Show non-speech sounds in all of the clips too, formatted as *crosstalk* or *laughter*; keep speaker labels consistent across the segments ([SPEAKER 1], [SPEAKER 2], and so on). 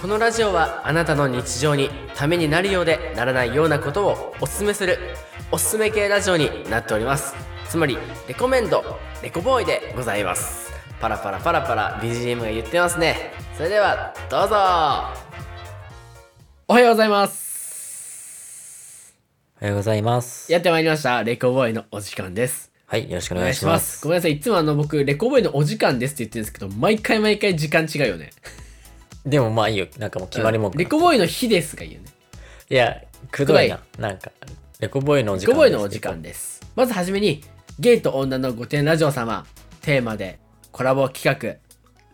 [SPEAKER 1] このラジオはあなたの日常にためになるようでならないようなことをおすすめするおすすめ系ラジオになっておりますつまりレコメンドレコボーイでございますパラパラパラパラ BGM が言ってますねそれではどうぞおはようございます
[SPEAKER 2] おはようございます。
[SPEAKER 1] やってまいりましたレコボーイのお時間です
[SPEAKER 2] はい、よろしくお
[SPEAKER 1] お
[SPEAKER 2] 願いします。
[SPEAKER 1] ごめんなさいいつもあの僕レコボーイのお時間ですって言ってるんですけど毎回毎回時間違うよね
[SPEAKER 2] でもまあいいよ。なんかもう決まり文句。
[SPEAKER 1] レコボーイの日ですがいいよね
[SPEAKER 2] いや、くどいな。なんか、レコボーイのお時
[SPEAKER 1] ご
[SPEAKER 2] 間。
[SPEAKER 1] ぼえのお時。間です。まずはじめに、ゲイと女の御殿ラジオ様、テーマでコラボ企画、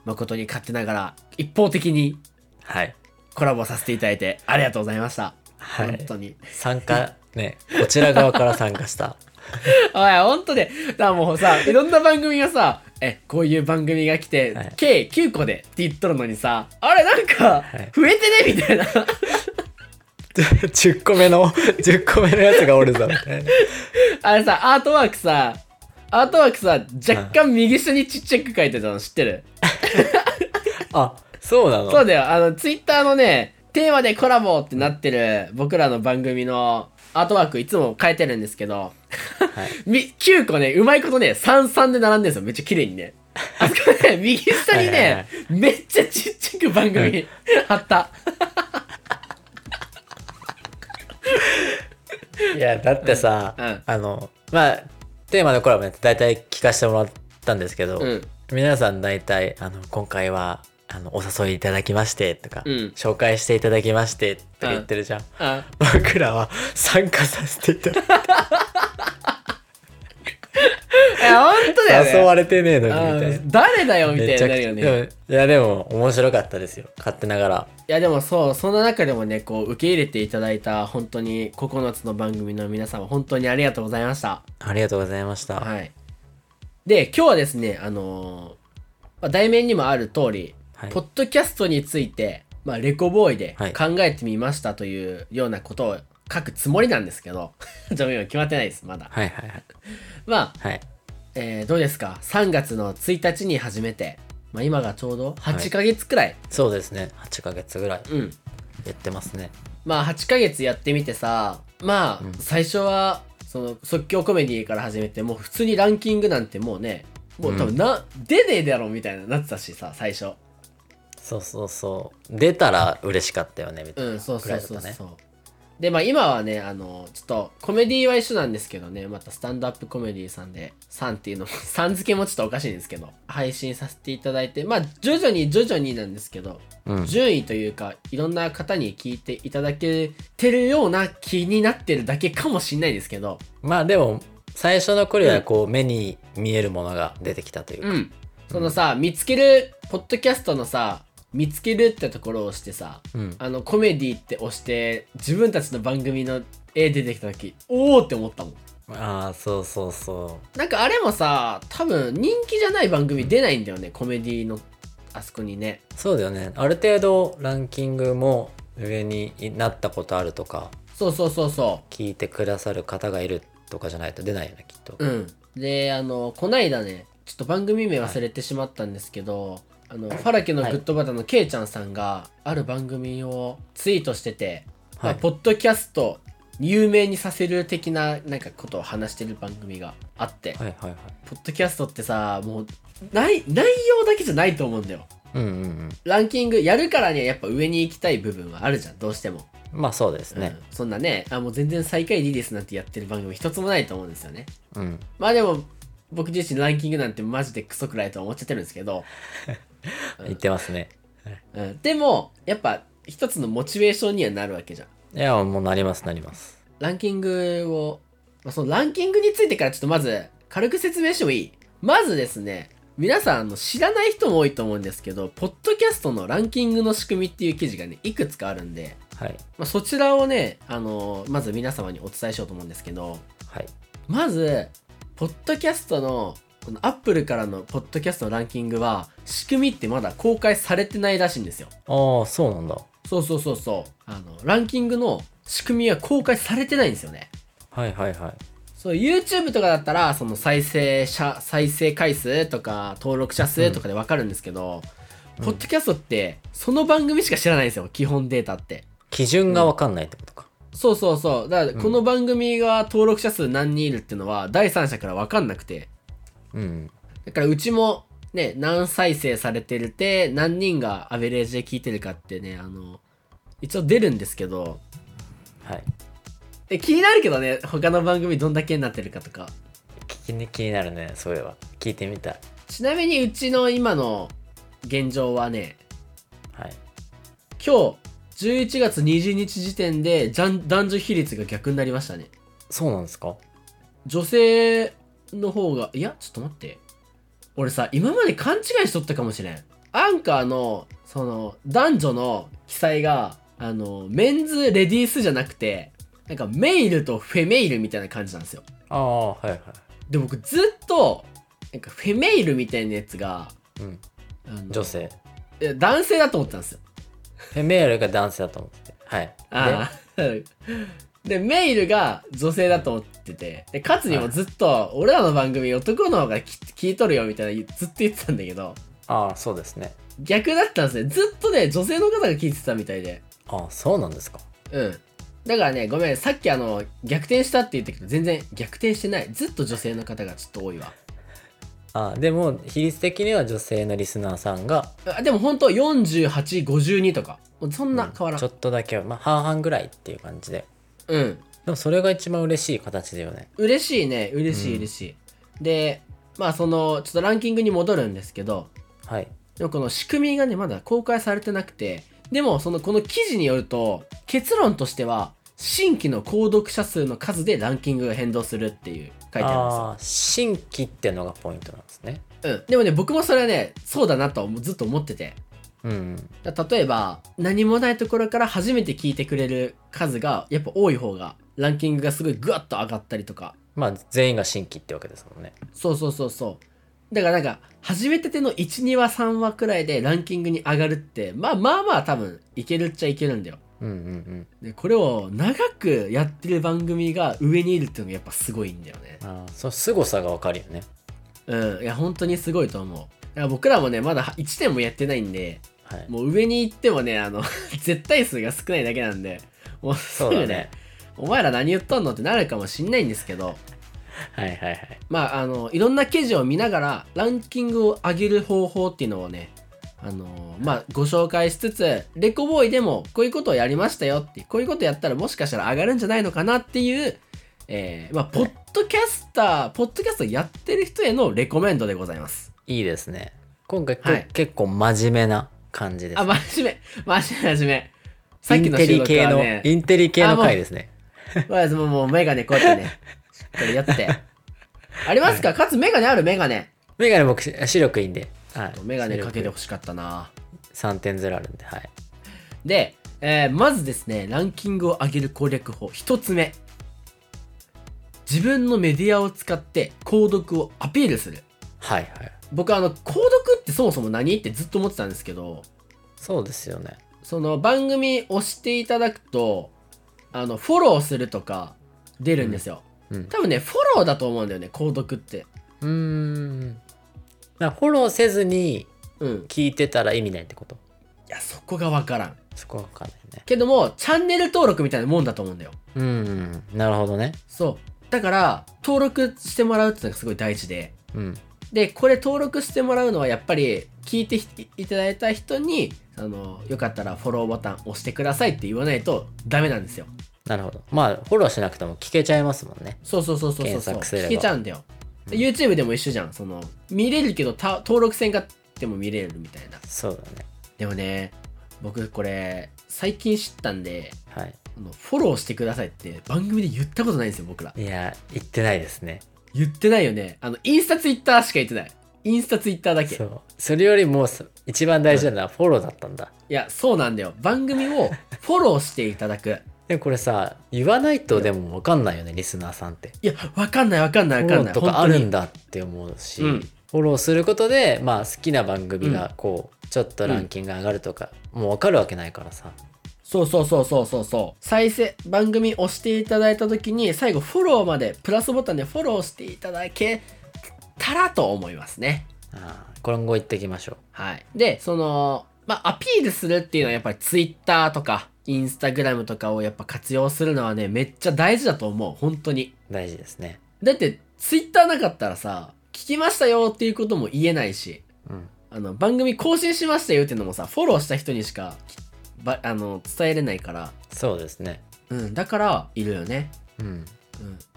[SPEAKER 1] 誠に勝手ながら、一方的に
[SPEAKER 2] はい。
[SPEAKER 1] コラボさせていただいて、ありがとうございました。
[SPEAKER 2] はい
[SPEAKER 1] 本当に。
[SPEAKER 2] 参加、ね、こちら側から参加した。 *laughs*
[SPEAKER 1] おい、本当で、だからもうさ、いろんな番組がさ、え、こういう番組が来て、
[SPEAKER 2] はい
[SPEAKER 1] 計9個でって言っとるのにさ、あれなんか
[SPEAKER 2] い、
[SPEAKER 1] 増えてねみたいな。 *laughs*
[SPEAKER 2] 10個目の、10個目 *laughs* のやつがお
[SPEAKER 1] *laughs*
[SPEAKER 2] るぞ。みたいな
[SPEAKER 1] あれさ、アートワークさ、アートワークさ、若干右下にちっちゃく書いてたの知ってる
[SPEAKER 2] あ、そうなの
[SPEAKER 1] そうだよ。あの、ツイッターのね、テーマでコラボってなってる僕らの番組のアートワークいつも変えてるんですけど、
[SPEAKER 2] はい
[SPEAKER 1] *laughs* み9個ね、うまいことね、33で並んでるんですよ。めっちゃ綺麗にね。
[SPEAKER 2] *laughs*
[SPEAKER 1] あそこね、右下に
[SPEAKER 2] はいはいは
[SPEAKER 1] ね、めっちゃちっちゃく番組貼った。
[SPEAKER 2] いや、だってさ、
[SPEAKER 1] うんうん
[SPEAKER 2] あの、まあ、テーマのコラボね、大体聞かせてもらったんですけど、
[SPEAKER 1] うん。
[SPEAKER 2] 皆さん大体あの今回はあのお誘いいただきましてとか、
[SPEAKER 1] うん
[SPEAKER 2] 紹介していただきましてとか言ってるじゃん、
[SPEAKER 1] あ
[SPEAKER 2] 僕らは参加させていただい
[SPEAKER 1] いや、ほんとだよ、ね。
[SPEAKER 2] て誘われてねえのにみ
[SPEAKER 1] あ
[SPEAKER 2] たいな。
[SPEAKER 1] 誰だよみたいになるよ
[SPEAKER 2] で
[SPEAKER 1] ね。
[SPEAKER 2] もいやでも面白かったですよ勝手ながら
[SPEAKER 1] いやでもそうそんな中でもねこう受け入れていただいた本当に9つの番組の皆様本当にありがとうございました。
[SPEAKER 2] ありがとうございました、
[SPEAKER 1] はい。で、今日はですね、あのーまあ題名にもある通り、
[SPEAKER 2] はい
[SPEAKER 1] ポッドキャストについて、まあ、レコボーイで
[SPEAKER 2] はい
[SPEAKER 1] 考えてみましたというようなことを書くつもりなんですけど、 *laughs* ちょっと今決まってないです、まだ。
[SPEAKER 2] はいはいはい
[SPEAKER 1] まあ、
[SPEAKER 2] はい
[SPEAKER 1] えーどうですか ?3 月の1日に始めて、まあ、今がちょうど8ヶ月くらい、
[SPEAKER 2] そうですね8ヶ月ぐらい
[SPEAKER 1] うん。
[SPEAKER 2] やってますね
[SPEAKER 1] まあ8ヶ月やってみてさまあ、
[SPEAKER 2] うん
[SPEAKER 1] 最初はその即興コメディから始めてもう普通にランキングなんてもうねもう多分な、出ねえだろみたいななってたしさ最初
[SPEAKER 2] そうそうそう出たら嬉しかったよねみた
[SPEAKER 1] う
[SPEAKER 2] いな、
[SPEAKER 1] んそう
[SPEAKER 2] ぐ
[SPEAKER 1] そ
[SPEAKER 2] ら
[SPEAKER 1] う
[SPEAKER 2] いだっ
[SPEAKER 1] そ
[SPEAKER 2] た
[SPEAKER 1] う
[SPEAKER 2] ね
[SPEAKER 1] そう、でまあ今はねあのちょっとコメディは一緒なんですけどねまたスタンドアップコメディさんで3っていうのも *laughs* さん付けもちょっとおかしいんですけど配信させていただいてまあ徐々に徐々になんですけど
[SPEAKER 2] うん
[SPEAKER 1] 順位というかいろんな方に聞いていただけてるような気になってるだけかもしんないですけど
[SPEAKER 2] まあでも最初の頃はこう、目に見えるものが出てきたというか、
[SPEAKER 1] うん、そのさ、見つけるポッドキャストのさ見つけるってところを押してさ
[SPEAKER 2] うん
[SPEAKER 1] あのコメディって押して自分たちの番組の絵出てきた時おおって思ったもん
[SPEAKER 2] ああそうそうそう
[SPEAKER 1] なんかあれもさ多分人気じゃない番組出ないんだよねコメディのあそこにね
[SPEAKER 2] そうだよねある程度ランキングも上になったことあるとか
[SPEAKER 1] そうそうそうそ
[SPEAKER 2] 聞いてくださる方がいるとかじゃないと出ないよねきっと、
[SPEAKER 1] ううんであのこないだねちょっと番組名忘れてしまったんですけど、あのファラケのグッドバターのけいちゃんさんがある番組をツイートしてて、ま
[SPEAKER 2] は
[SPEAKER 1] あ
[SPEAKER 2] い
[SPEAKER 1] ポッドキャスト有名にさせる的ななんかことを話してる番組があって、
[SPEAKER 2] はいはいはい
[SPEAKER 1] ポッドキャストってさもうない内容だけじゃないと思うんだよ
[SPEAKER 2] うんうんうん
[SPEAKER 1] ランキングやるからにはやっぱ上に行きたい部分はあるじゃんどうしても、
[SPEAKER 2] まあそうですね
[SPEAKER 1] うんそんなねあもう全然最下位でいいですなんてやってる番組一つもないと思うんですよね
[SPEAKER 2] うん、
[SPEAKER 1] まあでも僕自身ランキングなんてマジでクソくらいとは思っちゃってるんですけど、うん
[SPEAKER 2] 言ってますね
[SPEAKER 1] うん、でもやっぱ一つのモチベーションにはなるわけじゃん
[SPEAKER 2] いやもうなりますなります
[SPEAKER 1] ランキングを、まあ、そのランキングについてからちょっとまず軽く説明してもいいまずですね、皆さんあの知らない人も多いと思うんですけど、ポッドキャストのランキングの仕組みっていう記事がね、いくつかあるんで、
[SPEAKER 2] はい
[SPEAKER 1] まあ、そちらをね、あのまず皆様にお伝えしようと思うんですけど、
[SPEAKER 2] はい
[SPEAKER 1] まず、ポッドキャストの、このアップルからのポッドキャストのランキングは、仕組みってまだ公開されてないらしいんですよ。
[SPEAKER 2] ああそうなんだ
[SPEAKER 1] そうそうそうそう。あの、ランキングの仕組みは公開されてないんですよね。
[SPEAKER 2] はいはいはい
[SPEAKER 1] そう、YouTube とかだったら、その再生者、再生回数とか、登録者数とかでわかるんですけど、ポッドキャストって、その番組しか知らないんですよ、基本データって。
[SPEAKER 2] 基準が分かんないってことか。
[SPEAKER 1] そうそうそう。だから、この番組が登録者数何人いるっていうのは、第三者からわかんなくて。
[SPEAKER 2] うん。
[SPEAKER 1] だから、うちも、ね、何再生されてるって、何人がアベレージで聞いてるかってね、あの、一応出るんですけど、
[SPEAKER 2] はい。
[SPEAKER 1] え気になるけどね、他の番組どんだけになってるかとか。
[SPEAKER 2] 聞きに気になるね、そういえば。聞いてみたい。
[SPEAKER 1] ちなみにうちの今の現状はね、
[SPEAKER 2] はい。
[SPEAKER 1] 今日11月20日時点でじゃん男女比率が逆になりましたね。
[SPEAKER 2] そうなんですか
[SPEAKER 1] 女性の方が、いや、ちょっと待って。俺さ、今まで勘違いしとったかもしれん。アンカーの、その、男女の記載が、あの、メンズ、レディースじゃなくて、なんかメイルとフェメイルみたいな感じなんですよ。
[SPEAKER 2] ああ、はいは
[SPEAKER 1] で、僕ずっと、なんかフェメイルみたいなやつが、
[SPEAKER 2] い。うん。
[SPEAKER 1] あの
[SPEAKER 2] 女性。
[SPEAKER 1] いや男性だと思ったんですよ。
[SPEAKER 2] フェメールが男性だと思ってて。はい。
[SPEAKER 1] ああ。で、メイルが女性だと思ってて、で、勝つにもずっと、俺らの番組男の方がき聞いとるよみたいなずっと言ってたんだけど、
[SPEAKER 2] でああ、そうですね。
[SPEAKER 1] 逆だったんですね。ずっとね、女性の方が聞いてたみたいで。
[SPEAKER 2] ああ、そうなんですか。
[SPEAKER 1] うん。だからね、ごめん、さっきあの、逆転したって言ったけど、全然逆転してない。ずっと女性の方がちょっと多いわ。
[SPEAKER 2] ああ、でも、比率的には女性のリスナーさんが、
[SPEAKER 1] あでも本当48、52とか。もうそんな変わらん。
[SPEAKER 2] ちょっとだけ、まあ、半々ぐらいっていう感じで。
[SPEAKER 1] うん。
[SPEAKER 2] でも、それが一番嬉しい形だよね。
[SPEAKER 1] 嬉しいね。嬉し
[SPEAKER 2] う
[SPEAKER 1] い
[SPEAKER 2] ん
[SPEAKER 1] 嬉しい。で、まあその、ちょっとランキングに戻るんですけど、
[SPEAKER 2] はい。
[SPEAKER 1] でもこの仕組みがねまだ公開されてなくてでもそのこの記事によると結論としては新規の購読者数の数でランキングが変動するっていう書いてあるんですよ
[SPEAKER 2] ああ、新規ってのがポイントなんですね。
[SPEAKER 1] うん、でもね僕もそれはねそうだなとずっと思ってて
[SPEAKER 2] うんうん。
[SPEAKER 1] だ例えば何もないところから初めて聞いてくれる数がやっぱ多い方がランキングがすごいグワッと上がったりとか
[SPEAKER 2] まあ、全員が新規ってわけですもんね。
[SPEAKER 1] そうそうそうそうだからなんか初めてての12話3話くらいでランキングに上がるってまあまあまあ多分いけるっちゃいけるんだよ
[SPEAKER 2] うんうんうん。
[SPEAKER 1] でこれを長くやってる番組が上にいるっていうのがやっぱすごいんだよね
[SPEAKER 2] ああ、その凄さがわかるよね。
[SPEAKER 1] うんいや本当にすごいと思うだから僕らもねまだ1年もやってないんで
[SPEAKER 2] はい。
[SPEAKER 1] もう上に行ってもねあの *laughs* 絶対数が少ないだけなんでもうす
[SPEAKER 2] そ
[SPEAKER 1] ぐ
[SPEAKER 2] う
[SPEAKER 1] ね
[SPEAKER 2] だね。
[SPEAKER 1] お前ら何言っとんのってなるかもしんないんですけど
[SPEAKER 2] はいはいはい。
[SPEAKER 1] まああのいろんな記事を見ながらランキングを上げる方法っていうのをねあのまあご紹介しつつレコボーイでもこういうことをやりましたよってこういうことやったらもしかしたら上がるんじゃないのかなっていう、えーまあ、ポッドキャスターポッドキャストやってる人へのレコメンドでございます
[SPEAKER 2] いいですね。今回、こ
[SPEAKER 1] はい
[SPEAKER 2] 結構真面目な感じです。
[SPEAKER 1] あ真面目真面目真面目さっきの
[SPEAKER 2] インテ
[SPEAKER 1] 収
[SPEAKER 2] リ
[SPEAKER 1] 録
[SPEAKER 2] 系
[SPEAKER 1] は
[SPEAKER 2] の、
[SPEAKER 1] ね
[SPEAKER 2] インテリ系
[SPEAKER 1] あ
[SPEAKER 2] の
[SPEAKER 1] もう
[SPEAKER 2] 回ですね。
[SPEAKER 1] わざわざもうメガネこうやってねしっかりや
[SPEAKER 2] *laughs*
[SPEAKER 1] ってありますか、かつメガネあるメガネ
[SPEAKER 2] メガネ僕、し白くいいんで。はい。
[SPEAKER 1] メガネかけて
[SPEAKER 2] 白
[SPEAKER 1] ほしかったな
[SPEAKER 2] く3.0あるんで、はい。
[SPEAKER 1] で、えーまずですねランキングを上げる攻略法1つ目自分のメディアを使って購読をアピールする
[SPEAKER 2] はいはい。
[SPEAKER 1] 僕あの購読ってそもそも何ってずっと思ってたんですけど
[SPEAKER 2] そうですよね。
[SPEAKER 1] その番組押していただくとあのフォローするとか出るんですよ、
[SPEAKER 2] うん。
[SPEAKER 1] 多分ねフォローだと思うんだよね購読って
[SPEAKER 2] うーん。だからフォローせずに
[SPEAKER 1] うんい
[SPEAKER 2] 聞いてたら意味ないってこと
[SPEAKER 1] やそこが分からん
[SPEAKER 2] そこはわかんないね。
[SPEAKER 1] けどもチャンネル登録みたいなもんだと思うんだよ
[SPEAKER 2] うん。なるほどね。
[SPEAKER 1] そうだから登録してもらうっていうのがすごい大事で
[SPEAKER 2] うん。
[SPEAKER 1] でこれ登録してもらうのはやっぱり聞いてひいただいた人にあのよかったらフォローボタン押してくださいって言わないとダメなんですよ
[SPEAKER 2] なるほど。まあ、フォローしなくても聞けちゃいますもんね。
[SPEAKER 1] そうそうそうそうそうそう
[SPEAKER 2] 検索すれば
[SPEAKER 1] 聞けちゃうんだよで YouTube でも一緒じゃんその見れるけどた登録せんかっても見れるみたいな
[SPEAKER 2] そうだね。
[SPEAKER 1] でもね僕これ最近知ったんで
[SPEAKER 2] はい。
[SPEAKER 1] あのフォローしてくださいって番組で言ったことないんですよ僕ら
[SPEAKER 2] いや、言ってないですね。
[SPEAKER 1] 言ってないよねあのインスタツイッターしか言ってないインスタツイッターだけ
[SPEAKER 2] そう。それよりもそ一番大事なのはフォローだったんだ。
[SPEAKER 1] いやそうなんだよ番組をフォローしていただく
[SPEAKER 2] でもこれさ、言わないとでも分かんないよね、リスナーさんって。
[SPEAKER 1] いや、わかんないわかんない
[SPEAKER 2] フ
[SPEAKER 1] わか
[SPEAKER 2] ォロ
[SPEAKER 1] んな
[SPEAKER 2] ー
[SPEAKER 1] い。
[SPEAKER 2] とかあるん
[SPEAKER 1] だ。
[SPEAKER 2] だって思うし、
[SPEAKER 1] うん
[SPEAKER 2] フォローすることで、まあ好きな番組がこう、ちょっとランキング上がるとか、もう分かるわけないからさ。
[SPEAKER 1] そうそうそうそうそうそう再生番組押していただいた時に最後フォローまでプラスボタンでフォローしていただけたらと思いますね
[SPEAKER 2] あー今後行ってきましょ
[SPEAKER 1] はいでそのまあアピールするっていうのはやっぱりツイッターとかインスタグラムとかをやっぱ活用するのはねめっちゃ大事だと思う本当に
[SPEAKER 2] う大事ですね
[SPEAKER 1] だってツイッターなかったらさ聞きましたよっていうことも言えないし
[SPEAKER 2] うん
[SPEAKER 1] あの番組更新しましたよっていうのもさフォローした人にしかばあの伝えれないから
[SPEAKER 2] そうですね
[SPEAKER 1] うん、だからいるよね。
[SPEAKER 2] うん
[SPEAKER 1] うん、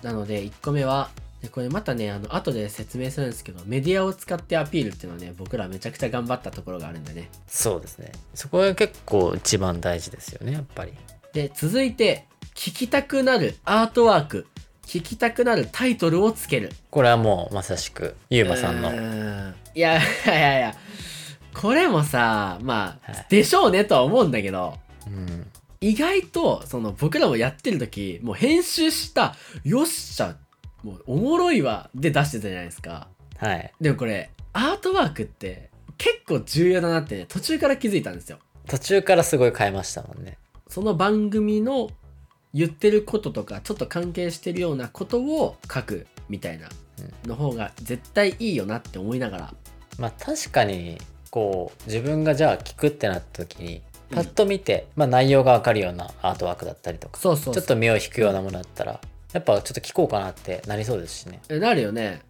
[SPEAKER 1] なので1個目はでこれまたねあの後で説明するんですけどメディアを使ってアピールっていうのはね僕らめちゃくちゃ頑張ったところがあるんでね。
[SPEAKER 2] そうですねそこが結構一番大事ですよねやっぱり
[SPEAKER 1] で続いて聞きたくなるアートワーク聞きたくなるタイトルをつける。
[SPEAKER 2] これはもうまさしくゆうまさんの
[SPEAKER 1] うーんいやいやいやこれもさまあ、
[SPEAKER 2] はい
[SPEAKER 1] でしょうねとは思うんだけど。
[SPEAKER 2] うん
[SPEAKER 1] 意外とその僕らもやってる時もう編集した「よっしゃもうおもろいわ」で出してたじゃないですか
[SPEAKER 2] はい
[SPEAKER 1] でもこれアートワークって結構重要だなってね途中から気づいたんですよ
[SPEAKER 2] 途中からすごい変えましたもんね
[SPEAKER 1] その番組の言ってることとかちょっと関係してるようなことを書くみたいなの方が絶対いいよなって思いながら
[SPEAKER 2] まあ確かにこう自分がじゃあ聞くってなった時にパッと見て、まあ内容がわかるようなアートワークだったりとか
[SPEAKER 1] そうそう
[SPEAKER 2] ちょっと目を引くようなものだったらやっぱちょっと聞こうかなってなりそうですしね
[SPEAKER 1] となるよね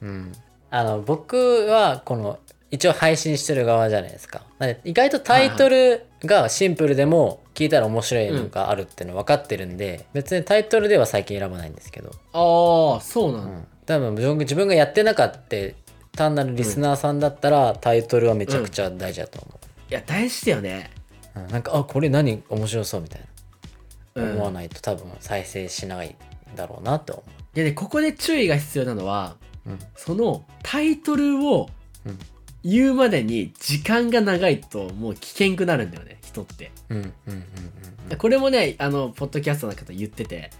[SPEAKER 2] うんあの僕はこの一応配信してる側じゃないですかなんで意外とタイトルがシンプルでも聞いたら面白いのがあるっていうの分かってるんで、別にタイトルでは最近選ばないんですけど、
[SPEAKER 1] ああそうな
[SPEAKER 2] う
[SPEAKER 1] の、
[SPEAKER 2] ん、多分自分自分がやってなかった単なるリスナーさんだったら、タイトルはめちゃくちゃ大事だと思
[SPEAKER 1] いや大事だよね、
[SPEAKER 2] う、うんなんかあこれ何面白そうみたいな、
[SPEAKER 1] うん、
[SPEAKER 2] 思わないと多分再生しないだろうなと思
[SPEAKER 1] でねここで注意が必要なのは
[SPEAKER 2] う、うん、
[SPEAKER 1] そのタイトルを
[SPEAKER 2] うん
[SPEAKER 1] 言うまでに時間が長いともう危険くなるんだよね人って
[SPEAKER 2] うんうんうんうんうん
[SPEAKER 1] これもねあのポッドキャストの方言ってて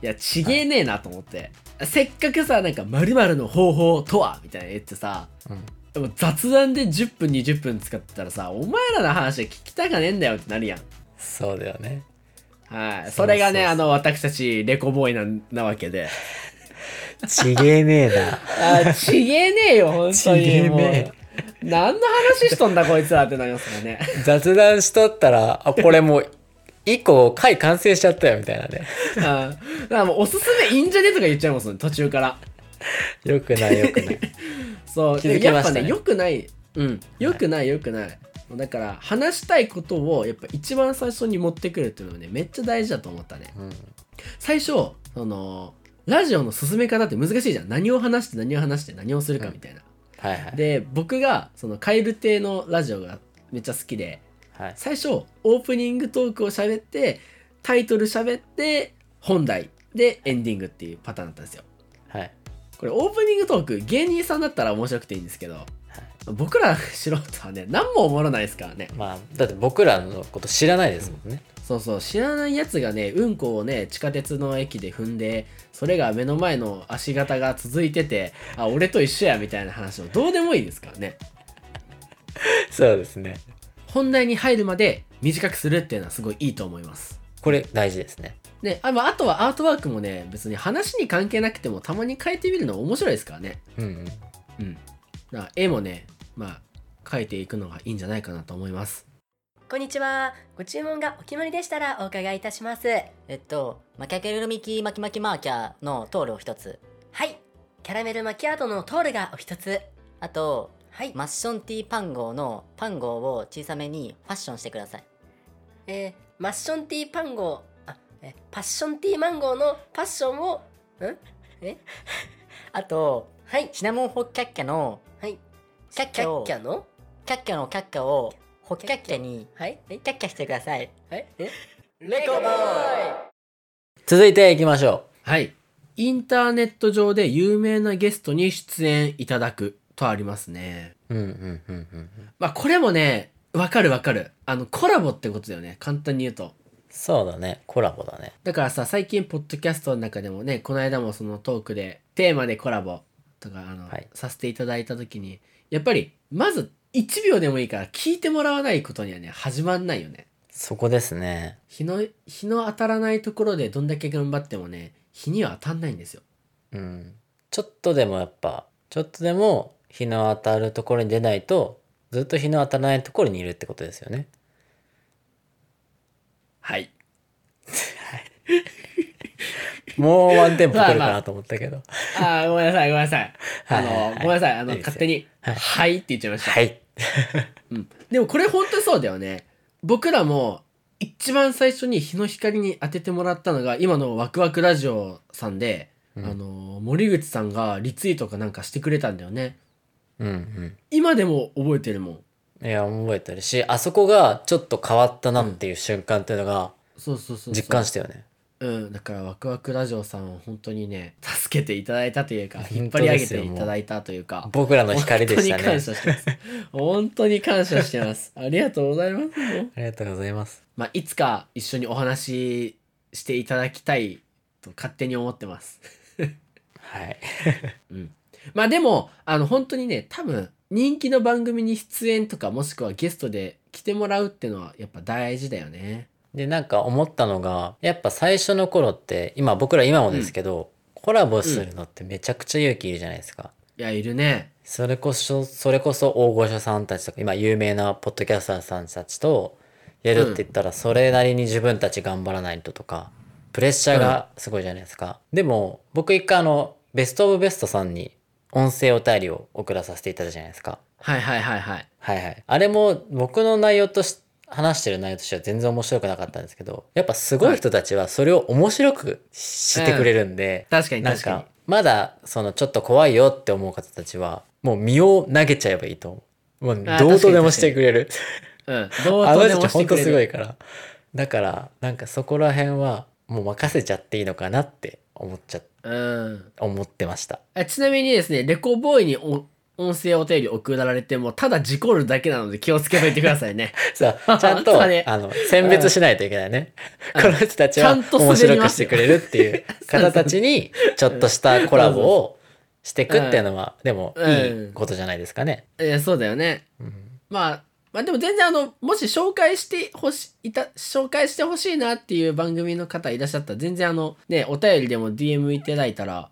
[SPEAKER 1] いやちげえねえなと思って、せっかくさなんか〇〇の方法とはみたいなの言ってさ
[SPEAKER 2] うん
[SPEAKER 1] でも雑談で10分20分使ってたらさお前らの話聞きたかねえんだよってなるやん
[SPEAKER 2] そうだよね
[SPEAKER 1] はい
[SPEAKER 2] そ
[SPEAKER 1] そう
[SPEAKER 2] そうそう
[SPEAKER 1] れがねあの私たちレコボーイなんなわけで
[SPEAKER 2] ちげえねえな
[SPEAKER 1] あーちげえねえよ本当
[SPEAKER 2] ちげ
[SPEAKER 1] に
[SPEAKER 2] え
[SPEAKER 1] も
[SPEAKER 2] ね
[SPEAKER 1] う何の話しとんだこいつらってなりますから
[SPEAKER 2] *laughs*
[SPEAKER 1] ね
[SPEAKER 2] *laughs* 雑談しとったらあこれもう一個回完成しちゃったよみたいな *laughs* ね
[SPEAKER 1] うんだからもうおすすめいいんじゃねとか言っちゃいますもん途中から
[SPEAKER 2] よくないよくない
[SPEAKER 1] そう
[SPEAKER 2] 気づき
[SPEAKER 1] でやっ
[SPEAKER 2] ま
[SPEAKER 1] ぱ
[SPEAKER 2] した
[SPEAKER 1] ね
[SPEAKER 2] ね
[SPEAKER 1] よくないうんよくないよくないだから話したいことをやっぱ一番最初に持ってくるっていうのはねめっちゃ大事だと思ったね
[SPEAKER 2] うん
[SPEAKER 1] 最初そのラジオの進め方って難しいじゃん何を話して何を話して何をするかみたいな、
[SPEAKER 2] はいはい
[SPEAKER 1] で僕がその蛙亭のラジオがめっちゃ好きで
[SPEAKER 2] はい
[SPEAKER 1] 最初オープニングトークを喋ってタイトル喋って本題でエンディングっていうパターンだったんですよ
[SPEAKER 2] はい
[SPEAKER 1] これオープニングトーク芸人さんだったら面白くていいんですけど僕ら素人はね何もおもろないですからね
[SPEAKER 2] まあだって僕らのこと知らないですもんね
[SPEAKER 1] そうそう知らないやつがねうんこをね地下鉄の駅で踏んでそれが目の前の足型が続いててあ俺と一緒やみたいな話もどうでもいいですからね
[SPEAKER 2] そうですね
[SPEAKER 1] 本題に入るまで短くするっていうのはすごいいいと思います
[SPEAKER 2] これ大事ですね
[SPEAKER 1] ね、あまああとはアートワークもね別に話に関係なくてもたまに変えてみるの面白いですからね
[SPEAKER 2] うんうん
[SPEAKER 1] うんだから絵もねまあ描いていくのがいいんじゃないかなと思います
[SPEAKER 3] こんにちは。ご注文がお決まりでしたらお伺いいたします。
[SPEAKER 4] えっと、マキャケルミキマキマキマーキャーのトールを一つ。
[SPEAKER 3] はい。キャラメルマキアートのトールがお一つ。
[SPEAKER 4] あと、
[SPEAKER 3] はい。
[SPEAKER 4] マッションティーパンゴーのパンゴーを小さめにファッションしてください。
[SPEAKER 3] えー、マッションティーパンゴー、あ、え、パッションティーマンゴーのパッションを、
[SPEAKER 4] あと、
[SPEAKER 3] はい。
[SPEAKER 4] シナモンホッキャッキャの、
[SPEAKER 3] はい。
[SPEAKER 4] キャッキャを、
[SPEAKER 3] キ
[SPEAKER 4] キ
[SPEAKER 3] ャッキャの
[SPEAKER 4] ャッキャのキャッキャを、ホッキャッキャに、
[SPEAKER 3] はい。
[SPEAKER 4] キャッキャしてください。
[SPEAKER 3] はい。え
[SPEAKER 4] レコボー
[SPEAKER 2] 続いていきましょ
[SPEAKER 1] はいインターネット上で有名なゲストに出演いただくとありますね
[SPEAKER 2] ううんうんうんうん
[SPEAKER 1] まあこれもねわかるわかるあのコラボってことだよね簡単に言うと
[SPEAKER 2] そうだねコラボだね
[SPEAKER 1] だからさ最近ポッドキャストの中でもねこの間もそのトークでテーマでコラボとかあの、
[SPEAKER 2] はい
[SPEAKER 1] させていただいた時にやっぱりまず1秒でもいいから聞いてもらわないことにはね始まんないよね
[SPEAKER 2] そこですね。
[SPEAKER 1] 日の日の当たらないところでどんだけ頑張ってもね日には当たんないんですよ
[SPEAKER 2] うん。ちょっとでもやっぱ、ちょっとでも日の当たるところに出ないと、ずっと日の当たらないところにいるってことですよね。
[SPEAKER 1] はい
[SPEAKER 2] もうワンテンポ来るかなと思ったけど。
[SPEAKER 1] ああごめんなさいごめんなさいあの、
[SPEAKER 2] はいはいはい
[SPEAKER 1] ごめんなさいあの
[SPEAKER 2] いいですよ
[SPEAKER 1] 勝手に「
[SPEAKER 2] はい
[SPEAKER 1] はい」って言っちゃいました、
[SPEAKER 2] はい。
[SPEAKER 1] うん、でもこれ本当そうだよね僕らも一番最初に日の光に当ててもらったのが今のワクワクラジオさんで、
[SPEAKER 2] うん
[SPEAKER 1] あの森口さんがリツイートかなんかしてくれたんだよね
[SPEAKER 2] うんうん。
[SPEAKER 1] 今でも覚えてるもん
[SPEAKER 2] いや、覚えてるし、あそこがちょっと変わったなっていう瞬間っていうのが
[SPEAKER 1] そうそうそうそう
[SPEAKER 2] 実感したよね。
[SPEAKER 1] うん、だからワクワクラジオさんを本当にね助けていただいたと
[SPEAKER 2] *laughs*
[SPEAKER 1] いうか
[SPEAKER 2] 当ですよ
[SPEAKER 1] 引っ張り上げていただいたというか
[SPEAKER 2] 僕らの光でした
[SPEAKER 1] 本当に感
[SPEAKER 2] ね。
[SPEAKER 1] 謝してます本当に感謝してますありがとうございます、
[SPEAKER 2] ありがとうございます。
[SPEAKER 1] まあ、いつか一緒にお話ししていただきたいと勝手に思ってます
[SPEAKER 2] はい。
[SPEAKER 1] まあでもあの本当にね多分人気の番組に出演とかもしくはゲストで来てもらうってのはやっぱ大事だよね
[SPEAKER 2] で、なんか思ったのが、やっぱ最初の頃って、今僕ら今もですけど、コラボするのってめちゃくちゃ勇気いるじゃないですか。
[SPEAKER 1] いやいるね
[SPEAKER 2] それこそ、それこそ大御所さんたちとか、今有名なポッドキャスターさんたちとやるって言ったら、それなりに自分たち頑張らないととか、プレッシャーがすごいじゃないですか。でも、僕一回あの、ベストオブベストさんに音声お便りを送らさせていただいたじゃないですか。
[SPEAKER 1] はいはいはいはい
[SPEAKER 2] はいはい。あれも僕の内容とし、話してる内容としては全然面白くなかったんですけど、やっぱすごい人たちはそれを面白くしてくれるんで、
[SPEAKER 1] 確かに
[SPEAKER 2] なん
[SPEAKER 1] 確かに
[SPEAKER 2] か、まだ、その、ちょっと怖いよって思う方たちは、もう身を投げちゃえばいいと思う。もう、
[SPEAKER 1] あー
[SPEAKER 2] どうとで
[SPEAKER 1] 確か
[SPEAKER 2] も
[SPEAKER 1] に
[SPEAKER 2] してくれる。
[SPEAKER 1] うんどう
[SPEAKER 2] あの
[SPEAKER 1] とで
[SPEAKER 2] 人
[SPEAKER 1] も
[SPEAKER 2] たち
[SPEAKER 1] して
[SPEAKER 2] 本
[SPEAKER 1] く
[SPEAKER 2] 当
[SPEAKER 1] れる
[SPEAKER 2] すごいから。だから、なんかそこら辺は、もう任せちゃっていいのかなって思っちゃ、
[SPEAKER 1] うん
[SPEAKER 2] 思ってました。
[SPEAKER 1] あちなみにですね、レコボーイにお音声お便り送られても、ただ事故るだけなので気をつけといてくださいね。
[SPEAKER 2] さあ、ちゃん
[SPEAKER 1] 本
[SPEAKER 2] と、
[SPEAKER 1] 当に
[SPEAKER 2] あの、選別しないといけないね。 *laughs* この人たち
[SPEAKER 1] ちゃ
[SPEAKER 2] は
[SPEAKER 1] んと
[SPEAKER 2] 面
[SPEAKER 1] 滑
[SPEAKER 2] 白
[SPEAKER 1] り
[SPEAKER 2] く
[SPEAKER 1] ま
[SPEAKER 2] し
[SPEAKER 1] す
[SPEAKER 2] て
[SPEAKER 1] よ
[SPEAKER 2] くれるっ
[SPEAKER 1] *laughs*
[SPEAKER 2] ていう方たちに、ちょっとしたコラボをしていくっていうのは、でも、いいことじゃないですかね。
[SPEAKER 1] えーそうだよね。まあ、まあでも全然あの、もし紹介してほしいた、紹介してほしいなっていう番組の方いらっしゃったら、全然あの、ね、お便りでも DM いただいた
[SPEAKER 2] *laughs*
[SPEAKER 1] ら、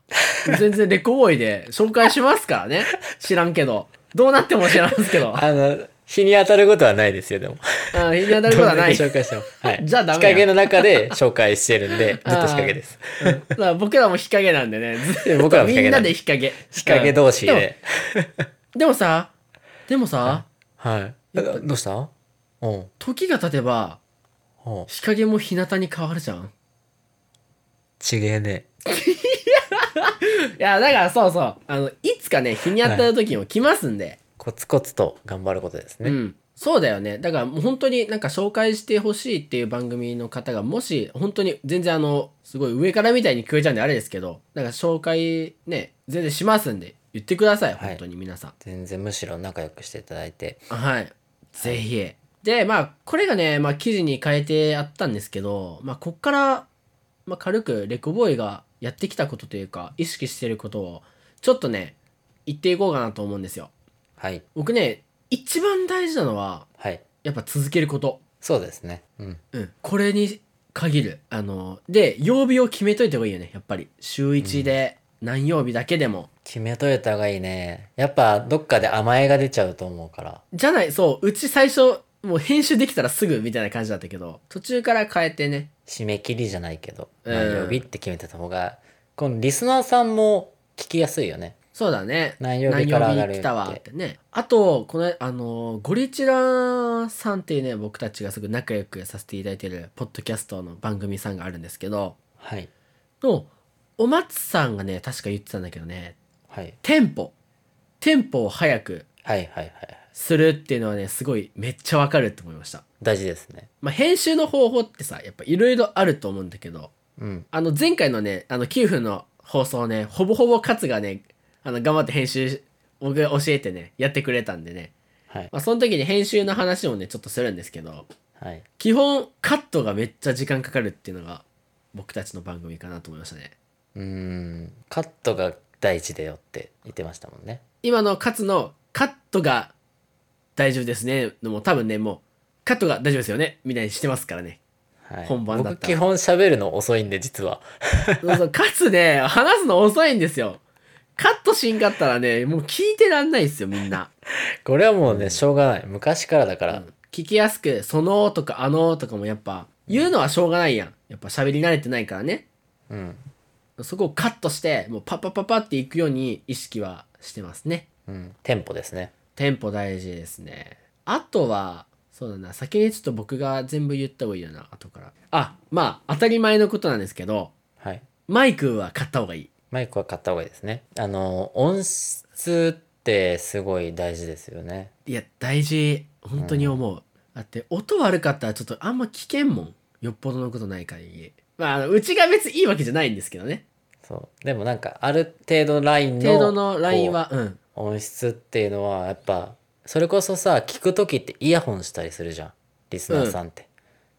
[SPEAKER 1] 全然レコボーイで紹介しますからね。知らんけど。どうなっても知らんすけど。
[SPEAKER 2] *laughs* あの、日に当たることはないですよ、でも。
[SPEAKER 1] うん、気に当たることはない。
[SPEAKER 2] どんだけ
[SPEAKER 1] *laughs*
[SPEAKER 2] 紹介しても。はい。
[SPEAKER 1] じゃあダメや
[SPEAKER 2] 日陰の中で紹介してる
[SPEAKER 1] *laughs*
[SPEAKER 2] んで、ずっと日陰です。
[SPEAKER 1] だから僕らも日陰なんでね。ず
[SPEAKER 2] 僕らも日陰なんで
[SPEAKER 1] みんなで日陰。
[SPEAKER 2] 日陰同士
[SPEAKER 1] うん
[SPEAKER 2] で。
[SPEAKER 1] でもさ、でもさ、
[SPEAKER 2] はい。えどうしたうん。
[SPEAKER 1] 時が経てば、
[SPEAKER 2] うん。
[SPEAKER 1] 日陰も日向に変わるじゃん。
[SPEAKER 2] ちげえね。
[SPEAKER 1] いや、だからそうそう。あの、いつかね、日に当たる時も来ますんで。
[SPEAKER 2] コツコツと頑張ることです
[SPEAKER 1] う
[SPEAKER 2] ね。
[SPEAKER 1] ん。そうだよね。だからもう本当になんか紹介してほしいっていう番組の方が、もし本当に全然あの、すごい上からみたいに聞こえちゃうんであれですけど、なんか紹介ね、全然しますんで、言ってください。
[SPEAKER 2] はい
[SPEAKER 1] 本当に皆さん。
[SPEAKER 2] 全然むしろ仲良くしていただいて。
[SPEAKER 1] はい。ぜひ。で、まあ、これがね、まあ、記事に変えてあったんですけど、まあ、こっから、まあ、軽くレコボーイがやってきたことというか、意識してることを、ちょっとね、言っていこうかなと思うんですよ。
[SPEAKER 2] はい。
[SPEAKER 1] 僕ね、一番大事なのは、
[SPEAKER 2] はい。
[SPEAKER 1] やっぱ続けること。
[SPEAKER 2] そうですね。うん。
[SPEAKER 1] うん。これに限る。あの、で、曜日を決めといた方がいいよね、やっぱり。週1で、何曜日だけでも。
[SPEAKER 2] 決めといた方がいいね。やっぱどっかで甘えが出ちゃうと思うから。
[SPEAKER 1] じゃない、そう、うち最初、もう編集できたらすぐみたいな感じだったけど、途中から変えてね、
[SPEAKER 2] 締め切りじゃないけど、
[SPEAKER 1] うん
[SPEAKER 2] 何曜日って決めてた方が、このリスナーさんも聞きやすいよね。
[SPEAKER 1] そうだね。
[SPEAKER 2] 何曜日から上が
[SPEAKER 1] 何曜日
[SPEAKER 2] る
[SPEAKER 1] に来たわってね。あと、この、あの、ゴリチラさんっていうね、僕たちがすぐ仲良くさせていただいてる、ポッドキャストの番組さんがあるんですけど、
[SPEAKER 2] はい。
[SPEAKER 1] の、お松さんがね、確か言ってたんだけどね、
[SPEAKER 2] はい。
[SPEAKER 1] テンポ。テンポを早く
[SPEAKER 2] はいはいはいはい。
[SPEAKER 1] するっていうのはね、すごい、めっちゃわかるって思いました。
[SPEAKER 2] 大事ですね。
[SPEAKER 1] まあ、編集の方法ってさ、やっぱいろいろあると思うんだけど、
[SPEAKER 2] うん。
[SPEAKER 1] あの前回のね、あの9分の放送ね、ほぼほぼ勝がね、あの頑張って編集、僕が教えてね、やってくれたんでね。
[SPEAKER 2] はい。
[SPEAKER 1] まあその時に編集の話もね、ちょっとするんですけど、
[SPEAKER 2] はい。
[SPEAKER 1] 基本カットがめっちゃ時間かかるっていうのが僕たちの番組かなと思いましたね。
[SPEAKER 2] うーん。カットが大事だよって言ってましたもんね。
[SPEAKER 1] 今の勝のカットが大丈夫ですね、のも多分ね、もうカットが大丈夫ですよねみたいにしてますからね。
[SPEAKER 2] はい、
[SPEAKER 1] 本番だった
[SPEAKER 2] 僕基本喋るの遅いんで実は
[SPEAKER 1] そうそう、かつね、話すの遅いんですよ。カットしんかったらね、もう聞いてらんないですよ、みんな。
[SPEAKER 2] これはもうねしょうがない昔からだから、
[SPEAKER 1] 聞きやすく、そのとかあのとかもやっぱ、言うのはしょうがないやん。やっぱ喋り慣れてないからね。
[SPEAKER 2] うん
[SPEAKER 1] そこをカットして、もうパッパッパッパっていくように意識はしてますね。
[SPEAKER 2] うん、テンポですね
[SPEAKER 1] テンポ大事ですね。あとは、そうだな、先にちょっと僕が全部言った方がいいよな、後から。あ、まあ、当たり前のことなんですけど、
[SPEAKER 2] はい
[SPEAKER 1] マイクは買った方がいい。
[SPEAKER 2] マイクは買った方がいいですねあの音質ってすごい大事ですよね
[SPEAKER 1] いや、大事。本当に思う。だって、音悪かったらちょっとあんま聞けんもん。よっぽどのことない限り。まああの、うちが別にいいわけじゃないんですけどね。
[SPEAKER 2] そうでもなんかある程度のラインの
[SPEAKER 1] 程度のラインは、うん。
[SPEAKER 2] こう音質っていうのはやっぱそれこそさ聞く時ってイヤホンしたりするじゃんリスナーさんって、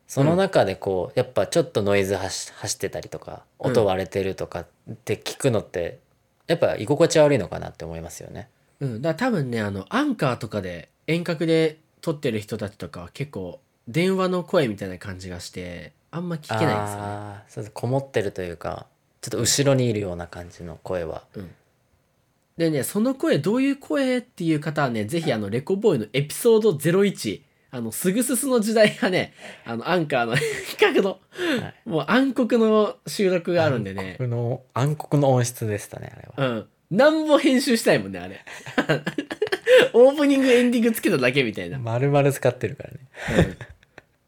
[SPEAKER 2] その中でこうやっぱちょっとノイズはし走ってたりとか
[SPEAKER 1] うん
[SPEAKER 2] 音割れてるとかって聞くのってやっぱ居心地悪いのかなって思いますよね
[SPEAKER 1] うん。だから多分ね、あの、アンカーとかで遠隔で撮ってる人たちとかは結構、電話の声みたいな感じがして、あんま聞けないんですよね。
[SPEAKER 2] あーそうそうこもってるというかちょっと後ろにいるような感じの声は
[SPEAKER 1] でね、その声、どういう声っていう方はね、ぜひあの、レコボーイのエピソード01、あの、すぐすすの時代がね、あの、アンカーの比較の、もう暗黒の収録があるんでね、
[SPEAKER 2] 暗黒の暗黒の音質でしたねあれは
[SPEAKER 1] うん。なんぼ編集したいもんね、あれ。 *laughs* オープニング、エンディングつけただけみたいな。
[SPEAKER 2] 丸々使ってるからね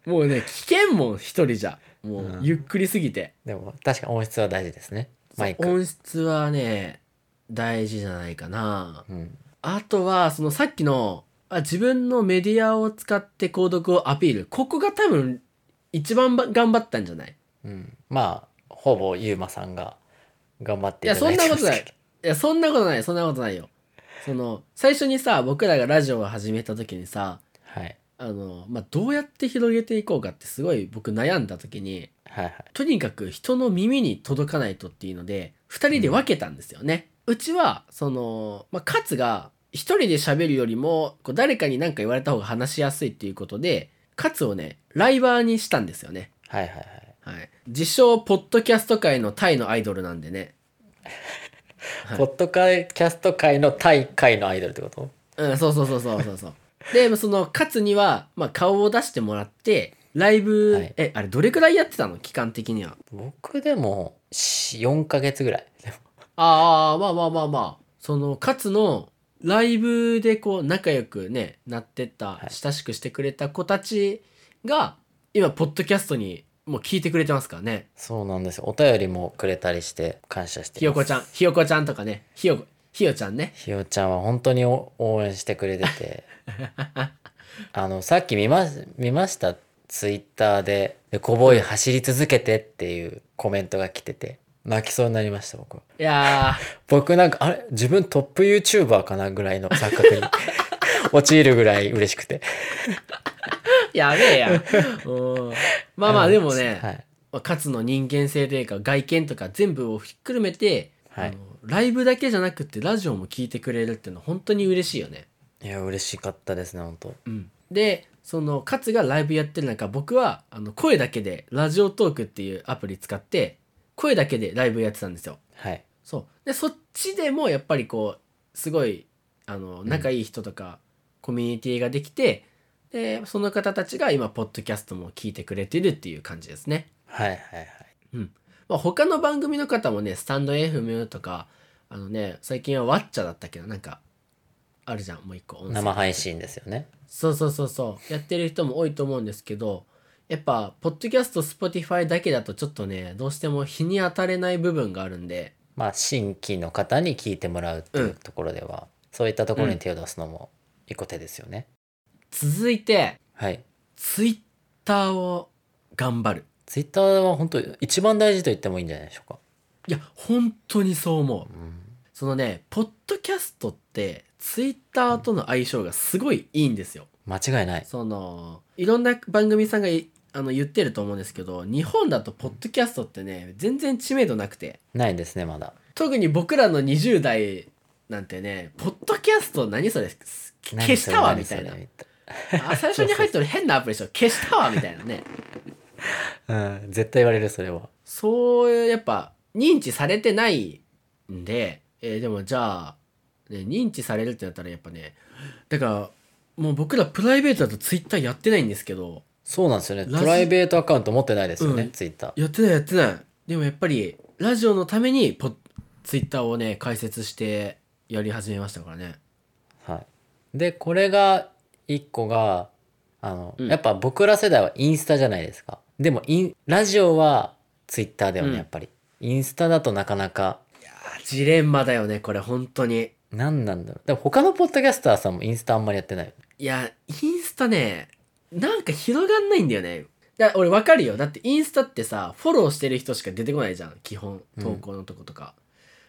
[SPEAKER 1] うんもうね、危険もん、一人じゃ。もう
[SPEAKER 2] う、ん
[SPEAKER 1] ゆっくりすぎて。
[SPEAKER 2] でも確かに音質は大事ですねマイク
[SPEAKER 1] 音質はね、大事じゃないかな。
[SPEAKER 2] うん
[SPEAKER 1] あとは、そのさっきの、あ自分のメディアを使って購読をアピール。ここが多分、一番ば頑張ったんじゃない
[SPEAKER 2] うん、まあほぼゆうまさんが頑張っ
[SPEAKER 1] い
[SPEAKER 2] てい
[SPEAKER 1] や、
[SPEAKER 2] ただ
[SPEAKER 1] そん
[SPEAKER 2] いて
[SPEAKER 1] な
[SPEAKER 2] ま
[SPEAKER 1] こ
[SPEAKER 2] す
[SPEAKER 1] とない。
[SPEAKER 2] け
[SPEAKER 1] いや、そんなことない、そんなことないよ。その、最初にさ、僕らがラジオを始めた時にさ、
[SPEAKER 2] どはい
[SPEAKER 1] あの、まあ、どうやって広げていこうかってすごい僕悩んだ時に、
[SPEAKER 2] はいはい
[SPEAKER 1] とにかく人の耳に届かないとっていうので、二人で分けたんですよね。うちは、その、まあ、カツが一人で喋るよりも、こう誰かに何か言われた方が話しやすいっていうことで、カツをね、ライバーにしたんですよね。
[SPEAKER 2] はいはいはい
[SPEAKER 1] はい。自称、ポッドキャスト界のタイのアイドルなんでね。はい
[SPEAKER 2] ポッドキャスト界のタイ界のアイドルってこと
[SPEAKER 1] うん、そうそうそうそうそうそう。で、その、カツには、まあ、顔を出してもらって、ライブ、
[SPEAKER 2] はい
[SPEAKER 1] え、あれ、どれくらいやってたの期間的には。
[SPEAKER 2] 僕でもし4ヶ月ぐらいでも
[SPEAKER 1] ああ、まあまあまあまあ。その、かつの、ライブでこう、仲良くね、なってった、
[SPEAKER 2] はい
[SPEAKER 1] 親しくしてくれた子たちが、今、ポッドキャストに、もう聞いてくれてますからね。
[SPEAKER 2] そうなんですよお便りもくれたりして感謝して
[SPEAKER 1] ひよこちゃ
[SPEAKER 2] ん
[SPEAKER 1] ん、ひよこちゃんとかね、ひよこ、ひよちゃんね。
[SPEAKER 2] ひよちゃんは本当にお応援してくれて
[SPEAKER 1] *laughs*
[SPEAKER 2] てあのさっき見ま見ましたツイッターで「でこぼい走り続けて」っていうコメントが来てて泣きそうになりました僕
[SPEAKER 1] いや
[SPEAKER 2] 僕なんかあれ自分トップ YouTuber かなぐらいの
[SPEAKER 1] *laughs*
[SPEAKER 2] 錯覚に陥るぐらい嬉しくて *laughs*
[SPEAKER 1] ー、やべえやん。うんまあまあ、でもね、
[SPEAKER 2] はい、
[SPEAKER 1] まあ、かつの人間性というか、外見とか全部をひっくるめて、
[SPEAKER 2] はい
[SPEAKER 1] あのライブだけじゃなくて、ラジオも聞いてくれるっていうのは本当に嬉しいよね。
[SPEAKER 2] いや嬉しかったですね本当
[SPEAKER 1] でその勝がライブやってる中僕はあの声だけでラジオトークっていうアプリ使って声だけでライブやってたんですよ
[SPEAKER 2] はい
[SPEAKER 1] そうでそっちでもやっぱりこうすごいあの
[SPEAKER 2] ん
[SPEAKER 1] 仲いい人とか、コミュニティができてでその方たちが今ポッドキャストも聞いてくれてるっていう感じですね、
[SPEAKER 2] はいはいはい
[SPEAKER 1] まあ、他の番組の方もねスタンド FM とかあのね最近はワッチャだったけどなんかあるじゃんもう一個音声
[SPEAKER 2] 生配信ですよね
[SPEAKER 1] そうそうそうそうやってる人も多いと思うんですけどやっぱポッドキャスト Spotify だけだとちょっとねどうしても日に当たれない部分があるんで
[SPEAKER 2] まあ新規の方に聞いてもらうっていうところでは、そういったところに手を出すのも一個手ですよね、
[SPEAKER 1] 続いて
[SPEAKER 2] はい。
[SPEAKER 1] Twitter を頑張る
[SPEAKER 2] ツイッターは本当一番大事と言ってもいいんじゃないでしょうか。
[SPEAKER 1] いや本当にそう思う
[SPEAKER 2] うん、
[SPEAKER 1] そのねポッドキャストって Twitter との相性がすごいいいんですよ
[SPEAKER 2] 間違いない。
[SPEAKER 1] そのいろんな番組さんがいあの言ってると思うんですけど日本だとポッドキャストってね全然知名度なくて
[SPEAKER 2] ないですね、まだ。
[SPEAKER 1] 特に僕らの20代なんてね、ポッドキャスト何それ消したわみたいな。
[SPEAKER 2] 何それ何それ
[SPEAKER 1] あ最初に入ってる変なアプリでしょ消したわみたいなね
[SPEAKER 2] うん、絶対言われるそれは
[SPEAKER 1] そういうやっぱ認知されてないんで、えーでもじゃあ、ね、認知されるってなったらやっぱねだからもう僕らプライベートだとツイッターやってないんですけど
[SPEAKER 2] そうなんですよね
[SPEAKER 1] ラジ
[SPEAKER 2] プライベートアカウント持ってないですよね、
[SPEAKER 1] うん
[SPEAKER 2] ツイッター
[SPEAKER 1] やってないやってないでもやっぱりラジオのためにポツイッターをね解説してやり始めましたからね
[SPEAKER 2] はい、でこれが一個があの、
[SPEAKER 1] うん
[SPEAKER 2] やっぱ僕ら世代はインスタじゃないですかでもインラジオはツイッターだよね、
[SPEAKER 1] うん
[SPEAKER 2] やっぱりインスタだとなかなか
[SPEAKER 1] あジレンマだよねこれ本当に
[SPEAKER 2] 何なんだろうでも他のポッドキャスターさんもインスタあんまりやってない
[SPEAKER 1] いやインスタねなんか広がんないんだよねだ俺わかるよだってインスタってさフォローしてる人しか出てこないじゃん基本
[SPEAKER 2] うん
[SPEAKER 1] 投稿のとことか、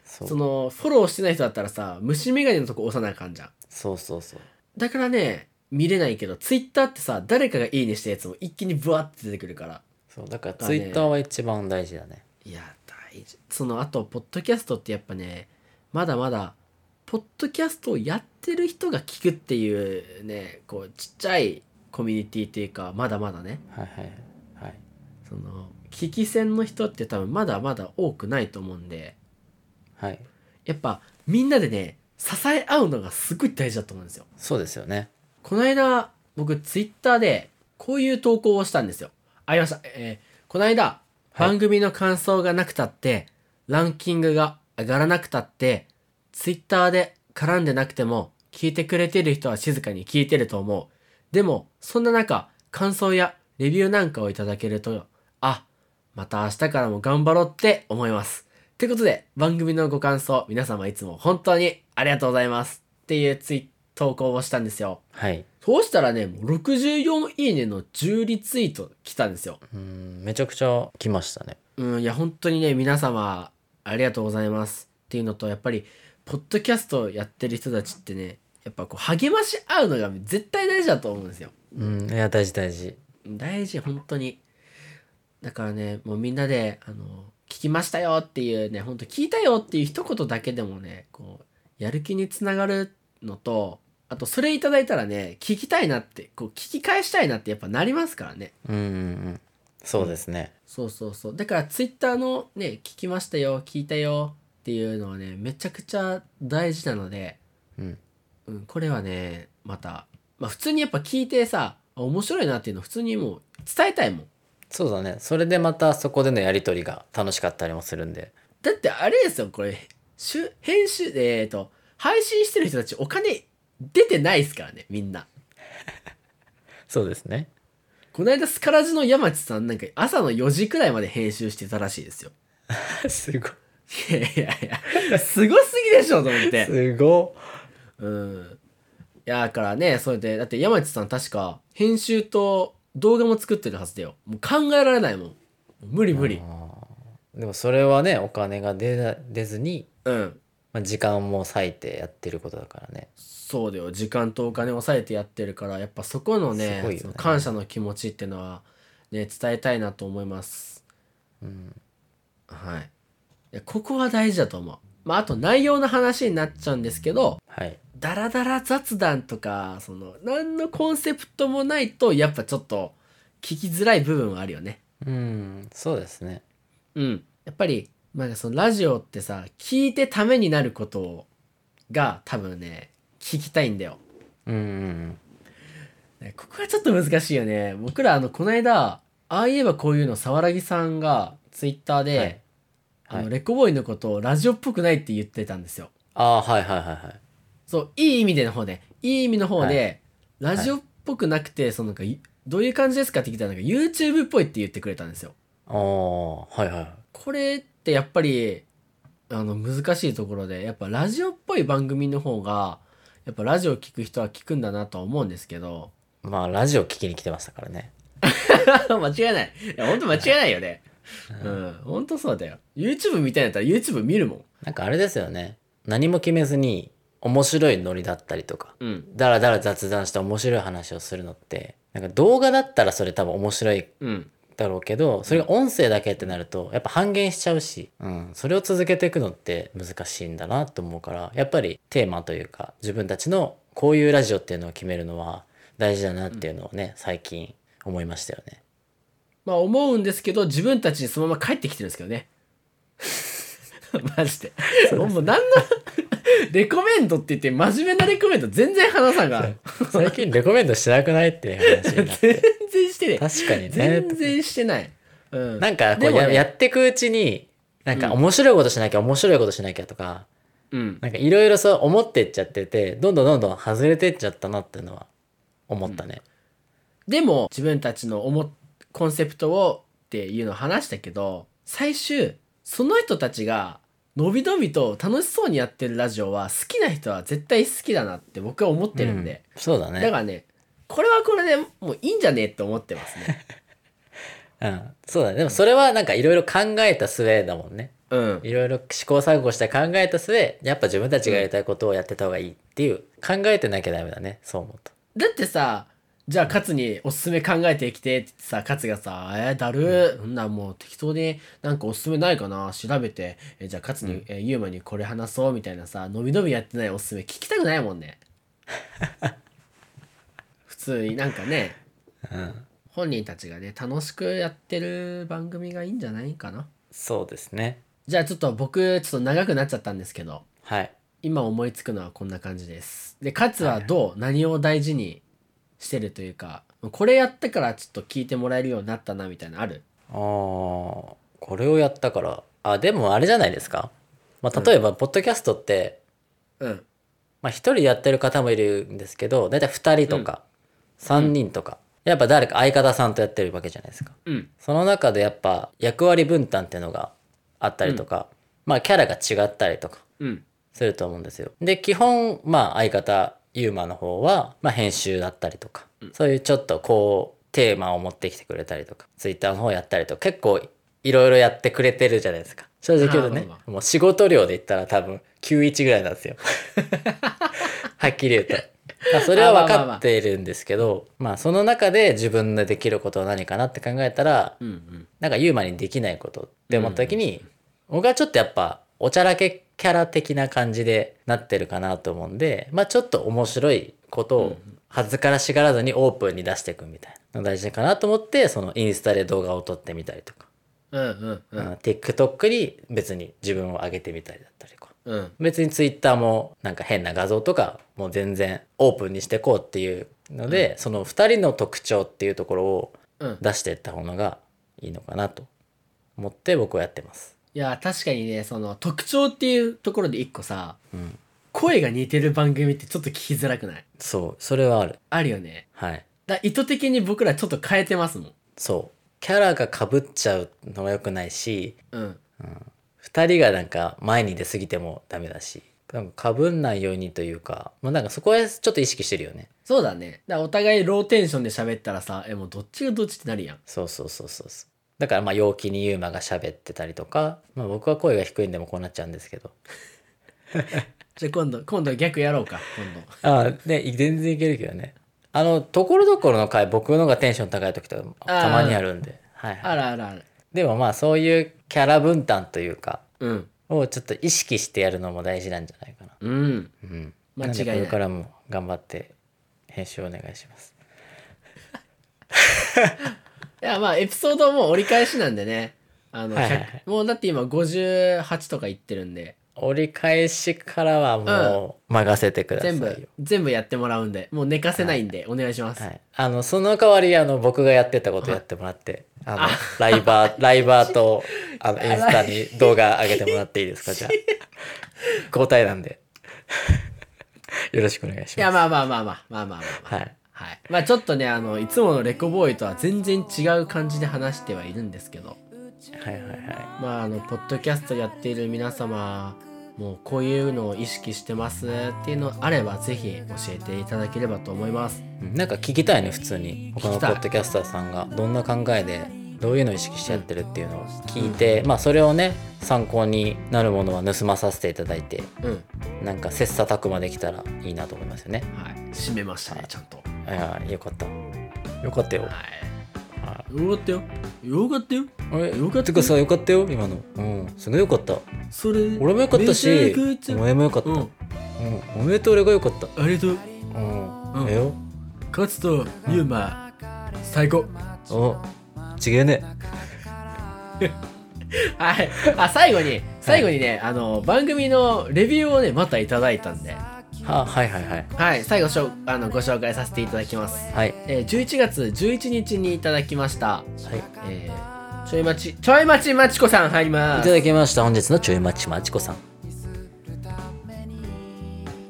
[SPEAKER 2] そう
[SPEAKER 1] そのフォローしてない人だったらさ虫眼鏡のとこ押さなあかんじゃん
[SPEAKER 2] そうそうそう
[SPEAKER 1] だからね見れないけどツイッターってさ誰かが「いいね」したやつも一気にブワッて出てくるから
[SPEAKER 2] そうだから
[SPEAKER 1] だ
[SPEAKER 2] ツ
[SPEAKER 1] ね
[SPEAKER 2] イッターは一番大事だね
[SPEAKER 1] いや大事そのあとポッドキャストってやっぱねまだまだポッドキャストをやってる人が聞くっていうねこうちっちゃいコミュニティっていうかまだまだね
[SPEAKER 2] はいはいはい
[SPEAKER 1] その危機戦の人って多分まだまだ多くないと思うんで
[SPEAKER 2] はい
[SPEAKER 1] やっぱみんなでね支え合うのがすごい大事だと思うんですよ
[SPEAKER 2] そうですよね
[SPEAKER 1] この間僕ツイッターでこういう投稿をしたんですよありましたえーこの間
[SPEAKER 2] はい
[SPEAKER 1] 番組の感想がなくたって、ランキングが上がらなくたってツイッターで絡んでなくても聞いてくれてる人は静かに聞いてると思うでもそんな中感想やレビューなんかをいただけるとあまた明日からも頑張ろうって思いますってことで、番組のご感想、皆様いつも本当にありがとうございます。っていうツイ投稿をしたんですよ。
[SPEAKER 2] はい
[SPEAKER 1] そうしたらね、もう64いいねの10リツイート来たんですよ。
[SPEAKER 2] うんめちゃくちゃ来ましたね
[SPEAKER 1] うん、いや、本当にね、皆様ありがとうございます。っていうのと、やっぱり、ポッドキャストやってる人たちってね、やっぱこう、励まし合うのが絶対大事だと思うんですよ。
[SPEAKER 2] うんいや大事大事
[SPEAKER 1] 大事本当にだからねもうみんなであの聞きましたよっていうね本当聞いたよっていう一言だけでもねこうやる気につながるのとあとそれいただいたらね聞きたいなってこう聞き返したいなってやっぱなりますからね
[SPEAKER 2] うんうんうんそうですね、
[SPEAKER 1] そうそうそうだからツイッターのね聞きましたよ聞いたよっていうのはねめちゃくちゃ大事なので
[SPEAKER 2] うん、
[SPEAKER 1] うん、これはねまた、まあ、普通にやっぱ聞いてさあ面白いなっていうの普通にもう伝えたいもん
[SPEAKER 2] そうだねそれでまたそこでのやり取りが楽しかったりもするんで
[SPEAKER 1] だってあれですよこれしゅ編集えー、と配信してる人たちお金出てないですからねみんな
[SPEAKER 2] そうですね
[SPEAKER 1] この間スカラジの山地さんなんか朝の4時くらいまで編集してたらしい *laughs* ですよ
[SPEAKER 2] すご
[SPEAKER 1] いやいやいやすごすぎでしょと思って
[SPEAKER 2] すご
[SPEAKER 1] うんいやだからねそれでだって山地さん確か編集と動画も作ってるはずだよもう考えられないもんもう無理無理
[SPEAKER 2] でもそれはねお金が出な出ずに、
[SPEAKER 1] うん
[SPEAKER 2] まあ、時間も割いてやってることだからね
[SPEAKER 1] そうだよ時間とお金を抑えてやってるからやっぱそこのね
[SPEAKER 2] すごいよね
[SPEAKER 1] その感謝の気持ちってのはね伝えたいなと思います
[SPEAKER 2] うん
[SPEAKER 1] はいいやここは大事だと思うまああと内容の話になっちゃうんですけど
[SPEAKER 2] はい
[SPEAKER 1] ダラダラ雑談とかその何のコンセプトもないとやっぱちょっと聞きづらい部分はあるよね
[SPEAKER 2] うんそうですね
[SPEAKER 1] うんやっぱりなんかそのラジオってさ聞いてためになることをが多分ね聞きたいんだよ
[SPEAKER 2] うんうん
[SPEAKER 1] ねここはちょっと難しいよね僕らあのこの間ああいえばこういうのさわらぎさんがツイッターで、
[SPEAKER 2] はいはい
[SPEAKER 1] あのレコボーイのことをラジオっぽくないって言ってたんですよ
[SPEAKER 2] ああーはいはいはいはい
[SPEAKER 1] そういい意味での方でいい意味の方で、ラジオっぽくなくてそのなんかいどういう感じですかって聞いたらなんか YouTube っぽいって言ってくれたんですよ
[SPEAKER 2] ああはいはい
[SPEAKER 1] これってやっぱりあの難しいところでやっぱラジオっぽい番組の方がやっぱラジオ聞く人は聞くんだなとは思うんですけど
[SPEAKER 2] まあラジオ聞きに来てましたからね
[SPEAKER 1] *laughs* 間違いないいや本当間違いないよねうん、ほんとそうだよ。YouTube みたいなやったら YouTube 見るもん。
[SPEAKER 2] なんかあれですよね何も決めずに面白いノリだったりとか
[SPEAKER 1] うん。
[SPEAKER 2] だらだら雑談して面白い話をするのってなんか動画だったらそれ多分面白い
[SPEAKER 1] うん。
[SPEAKER 2] だろうけどそれが音声だけってなるとやっぱ半減しちゃうし、うん、それを続けていくのって難しいんだなと思うからやっぱりテーマというか自分たちのこういうラジオっていうのを決めるのは大事だなっていうのをね、最近思いましたよ *laughs* ね。
[SPEAKER 1] まあ思うんですけど、自分たちにそのまま帰ってきてるんですけど *laughs* ね。マジで。もう何の、レコメンドって言って、真面目なレコメンド全然話さんが。
[SPEAKER 2] 最近レコメンドしなくないっていう話にな *laughs* って。
[SPEAKER 1] 全然してね。
[SPEAKER 2] 確かにね
[SPEAKER 1] 全。然してない。うん。
[SPEAKER 2] なんかこう
[SPEAKER 1] でも
[SPEAKER 2] や,、
[SPEAKER 1] ね
[SPEAKER 2] やってくうちに、なんか面白いことしなきゃ、面白いことしなきゃとか、
[SPEAKER 1] うん。
[SPEAKER 2] なんかいろいろそう思ってっちゃってて、どんどんどんどん外れてっちゃったなっていうのは思ったね。
[SPEAKER 1] でも、自分たちの思っ、コンセプトをっていうのを話したけど、最終、その人たちが、のびのびと楽しそうにやってるラジオは、好きな人は絶対好きだなって僕は思ってるんで。
[SPEAKER 2] うそうだね。
[SPEAKER 1] だからね、これはこれでもういいんじゃねえって思ってますね。
[SPEAKER 2] うん、そうだね。でもそれはなんかいろいろ考えた末だもんね。
[SPEAKER 1] うん。
[SPEAKER 2] いろいろ試行錯誤して考えた末、やっぱ自分たちがやりたいことをやってた方がいいっていう、考えてなきゃダメだね。そう思うと。
[SPEAKER 1] だってさ、じゃあカツにおすすめ考えてきてってさ、カツがさ、えー、だるー、そんなもう適当になんかおすすめないかな調べて、えーじゃあカツに、えーユーマにこれ話そうみたいなさ、のびのびやってないおすすめ聞きたくないもんね。 *laughs* 普通になんかね、
[SPEAKER 2] うん。
[SPEAKER 1] 本人たちがね、楽しくやってる番組がいいんじゃないかな。
[SPEAKER 2] そうですね。
[SPEAKER 1] じゃあちょっと僕、ちょっと長くなっちゃったんですけど、
[SPEAKER 2] はい。
[SPEAKER 1] 今思いつくのはこんな感じです。で、かつはどう、何を大事にしてるというか、これやったからちょっと聞いてもらえるようになったなみたいなのある
[SPEAKER 2] ああ、これをやったから。あ、でもあれじゃないですか。まあ、例えば、ポッドキャストって、
[SPEAKER 1] うん。
[SPEAKER 2] まあ、一人でやってる方もいるんですけど、だいたい二人とか、三人とか、やっぱ誰か相方さんとやってるわけじゃないですか。
[SPEAKER 1] うん。
[SPEAKER 2] その中でやっぱ役割分担っていうのがあったりとか、まあキャラが違ったりとか
[SPEAKER 1] うん。
[SPEAKER 2] すると思うんですよ。で、基本、まあ相方、ユーマの方は、まあ編集だったりとか、そういうちょっとこう、テーマを持ってきてくれたりとか、ツイッターの方やったりとか、結構いろいろやってくれてるじゃないですか。正直言うと
[SPEAKER 1] あー
[SPEAKER 2] ね
[SPEAKER 1] まあま、
[SPEAKER 2] もう仕事量で言ったら多分91ぐらいなんですよ。はっきり言うと。まあそれは分かっているんですけど、まあその中で自分でできることは何かなって考えたら、
[SPEAKER 1] うん。うん。
[SPEAKER 2] なんかユーマにできないことって思った時に、僕はちょっとやっぱおちゃらけキャラ的な感じでなってるかなと思うんで、まあちょっと面白いことを恥ずからしがらずにオープンに出していくみたいなのが大事かなと思って、そのインスタで動画を撮ってみたりとか、
[SPEAKER 1] うん。うん。う。
[SPEAKER 2] うんん TikTok に別に自分を上げてみたりだったりとか。
[SPEAKER 1] うん。
[SPEAKER 2] 別にツイッターもなんか変な画像とかもう全然オープンにしていこうっていうので、その2人の特徴っていうところを
[SPEAKER 1] うん。
[SPEAKER 2] 出していった方がいいのかなと思って僕はやってます。
[SPEAKER 1] いや、確かにね、その特徴っていうところで一個さ、
[SPEAKER 2] うん、
[SPEAKER 1] 声が似てる番組ってちょっと聞きづらくない
[SPEAKER 2] そうそれはある。
[SPEAKER 1] あるよね。
[SPEAKER 2] はい。
[SPEAKER 1] だ意図的に僕らちょっと変えてますもん。
[SPEAKER 2] そうキャラが被っちゃうのは良くないし
[SPEAKER 1] うん。
[SPEAKER 2] 2人がなんか前に出過ぎてもダメだしなんか被んないようにというか、まあ、なんかそこはちょっと意識してるよね。
[SPEAKER 1] そうだね。だからお互いローテンションで喋ったらさ、え、もうどっちがどっちってなるやん。
[SPEAKER 2] そうそうそうそうそう。だからまあ陽気にユーマが喋ってたりとか、まあ、僕は声が低いんでもうこうなっちゃうんですけど。
[SPEAKER 1] じゃあ今度、今度逆やろうか、今度。
[SPEAKER 2] ああ、ね、全然いけるけどね。あの、ところどころの回、僕のがテンション高い時とか
[SPEAKER 1] あー
[SPEAKER 2] たまにあるんで。はいはい、
[SPEAKER 1] あらあらあら。
[SPEAKER 2] でもまあそういうキャラ分担というか、
[SPEAKER 1] うん。
[SPEAKER 2] をちょっと意識してやるのも大事なんじゃないかな。
[SPEAKER 1] うん。
[SPEAKER 2] うん。
[SPEAKER 1] 間違いない
[SPEAKER 2] んでこれからも頑張って編集お願いします。
[SPEAKER 1] いや、まあ、エピソードも折り返しなんでね。あの、
[SPEAKER 2] はいはいはい
[SPEAKER 1] 100もうだって今58とかいってるんで、
[SPEAKER 2] 折り返しからはもう任せてください
[SPEAKER 1] 全
[SPEAKER 2] よ。
[SPEAKER 1] 部、全部やってもらうんで、もう寝かせないんで、お願いします。
[SPEAKER 2] はい、あのその代わりあの僕がやってたことやってもらって、あのライバー
[SPEAKER 1] *laughs*
[SPEAKER 2] ライバーとあのインスタに動画上げてもらっていいですかじ
[SPEAKER 1] *laughs*
[SPEAKER 2] ゃあ交代なんでよろしくお願いします
[SPEAKER 1] いや、まあまあまあまあ、まあまあまあ、まあ。
[SPEAKER 2] はい
[SPEAKER 1] はい。まあちょっとね、あの、いつものレコボーイとは全然違う感じで話してはいるんですけど、
[SPEAKER 2] はいはいは
[SPEAKER 1] まああの、ポッドキャストやっている皆様、もうこういうのを意識してますっていうのあれば、ぜひ教えていただければと思います。
[SPEAKER 2] いうんなんか聞きたいね普通に他の
[SPEAKER 1] 聞き
[SPEAKER 2] ポ
[SPEAKER 1] たい
[SPEAKER 2] ッドキャスターさんがどんな考えでどういうのを意識してやってるっていうのを聞いて、まあそれをね参考になるものは盗まさせていただいて
[SPEAKER 1] うん。はい。
[SPEAKER 2] なんか切磋琢磨できたらいいなと思いますよね
[SPEAKER 1] 締めましたね、ちゃんと。
[SPEAKER 2] いやよかったよかったよ
[SPEAKER 1] はい。よかったよ。よかったよ。
[SPEAKER 2] あれ
[SPEAKER 1] よかった
[SPEAKER 2] てかさよかったよ今のうんすごいよかった
[SPEAKER 1] それ。
[SPEAKER 2] 俺もよかった
[SPEAKER 1] め
[SPEAKER 2] し
[SPEAKER 1] ちゃくちゃ
[SPEAKER 2] お前もよかった、
[SPEAKER 1] う
[SPEAKER 2] うん
[SPEAKER 1] ん。
[SPEAKER 2] おめでとう俺がよかった
[SPEAKER 1] ありがとう。
[SPEAKER 2] うん、
[SPEAKER 1] うん
[SPEAKER 2] えよ
[SPEAKER 5] カツとユーマ最高
[SPEAKER 2] おちげえね
[SPEAKER 1] はい。あ、最後に、最後にね、あの、番組のレビューをね、またいただいたんで、
[SPEAKER 2] ははいはいはい
[SPEAKER 1] はい、最後しょあのご紹介させていただきます。
[SPEAKER 2] はい
[SPEAKER 1] えー、11月11日にいただきました、
[SPEAKER 2] はい
[SPEAKER 1] えー、ちょいまち、ちょいまちまちこさん入りま
[SPEAKER 2] いた
[SPEAKER 1] す。
[SPEAKER 2] だきました本日のちょいまちまちこさん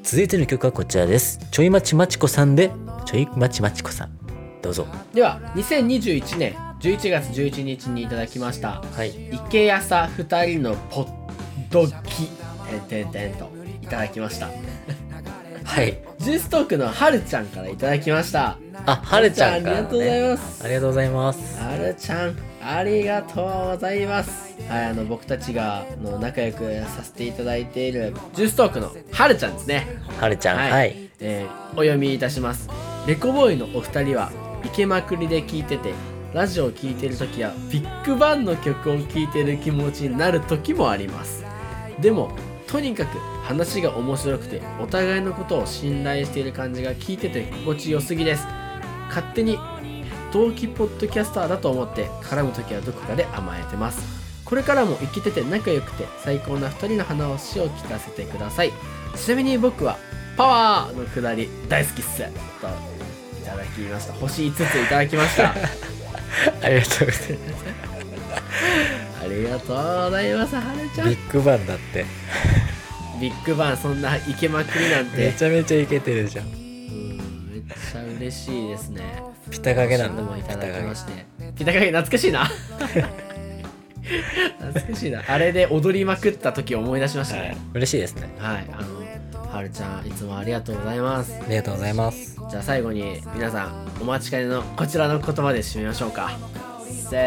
[SPEAKER 2] 続いての曲はこちらですちょいまちまちこさんでちょいまちまちこさんどうぞ
[SPEAKER 1] では、2021年11月11日にいただきました、
[SPEAKER 2] はい
[SPEAKER 1] 池やさ二人のポッドキ、てんてんてんといただきました。
[SPEAKER 2] はい
[SPEAKER 1] ジューストークのはるちゃんからいただきました。
[SPEAKER 2] あはるちゃんから
[SPEAKER 1] は
[SPEAKER 2] の、ね、
[SPEAKER 1] るちゃんありがとうございます
[SPEAKER 2] ありがとうござ
[SPEAKER 1] あ
[SPEAKER 2] います
[SPEAKER 1] るちゃんありがとうございますはいあの僕たちがあの仲良くさせていただいているジューストークのはるちゃんですね
[SPEAKER 2] はるちゃんはい、
[SPEAKER 1] えーお読みいたしますレコボーイのお二人はイケまくりで聞いててラジオを聴いてる時やビッグバンの曲を聴いてる気持ちになる時もありますでもとにかく話が面白くてお互いのことを信頼している感じが聞いてて心地よすぎです勝手に同期ポッドキャスターだと思って絡む時はどこかで甘えてますこれからも生きてて仲良くて最高な2人の話を聞かせてくださいちなみに僕はパワーのくだり大好きっすといただきました星5ついただきました *laughs*
[SPEAKER 2] ありがとうございま
[SPEAKER 1] ありがとうございますはるちゃ
[SPEAKER 2] すビ
[SPEAKER 1] ん
[SPEAKER 2] ッグバンだって
[SPEAKER 1] ビッグバンそんなイケまくりなん
[SPEAKER 2] め
[SPEAKER 1] て
[SPEAKER 2] ちゃめちゃイケてるじゃん
[SPEAKER 1] うんめっちゃ嬉しいですね
[SPEAKER 2] ピタカゲなん
[SPEAKER 1] で
[SPEAKER 2] だ
[SPEAKER 1] もい
[SPEAKER 2] ピ
[SPEAKER 1] た
[SPEAKER 2] タカ
[SPEAKER 1] だき
[SPEAKER 2] ゲ
[SPEAKER 1] ましてピタカゲ懐かしいな懐かし *laughs* いなあれで踊りまくった時思い出しましたね
[SPEAKER 2] 嬉しいですね
[SPEAKER 1] はい、あのはるちゃんいつもありがとうございます
[SPEAKER 2] ありがとうございます
[SPEAKER 1] じゃあ最後に皆さんお待ちかねのこちらの言葉で締めましょうかせ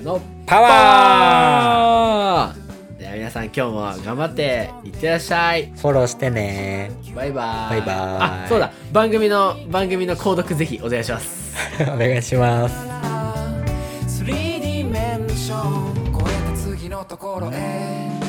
[SPEAKER 1] ーの
[SPEAKER 2] パワ
[SPEAKER 1] あーでは皆さん今日も頑張っていってらっしゃい
[SPEAKER 2] ーフォローしてね
[SPEAKER 1] バイバーイ
[SPEAKER 2] バイバーイ
[SPEAKER 1] あそうだ番組の番組の購読ぜひお願いします
[SPEAKER 2] *laughs* お願いします
[SPEAKER 6] 3D メンション超えて次のところへ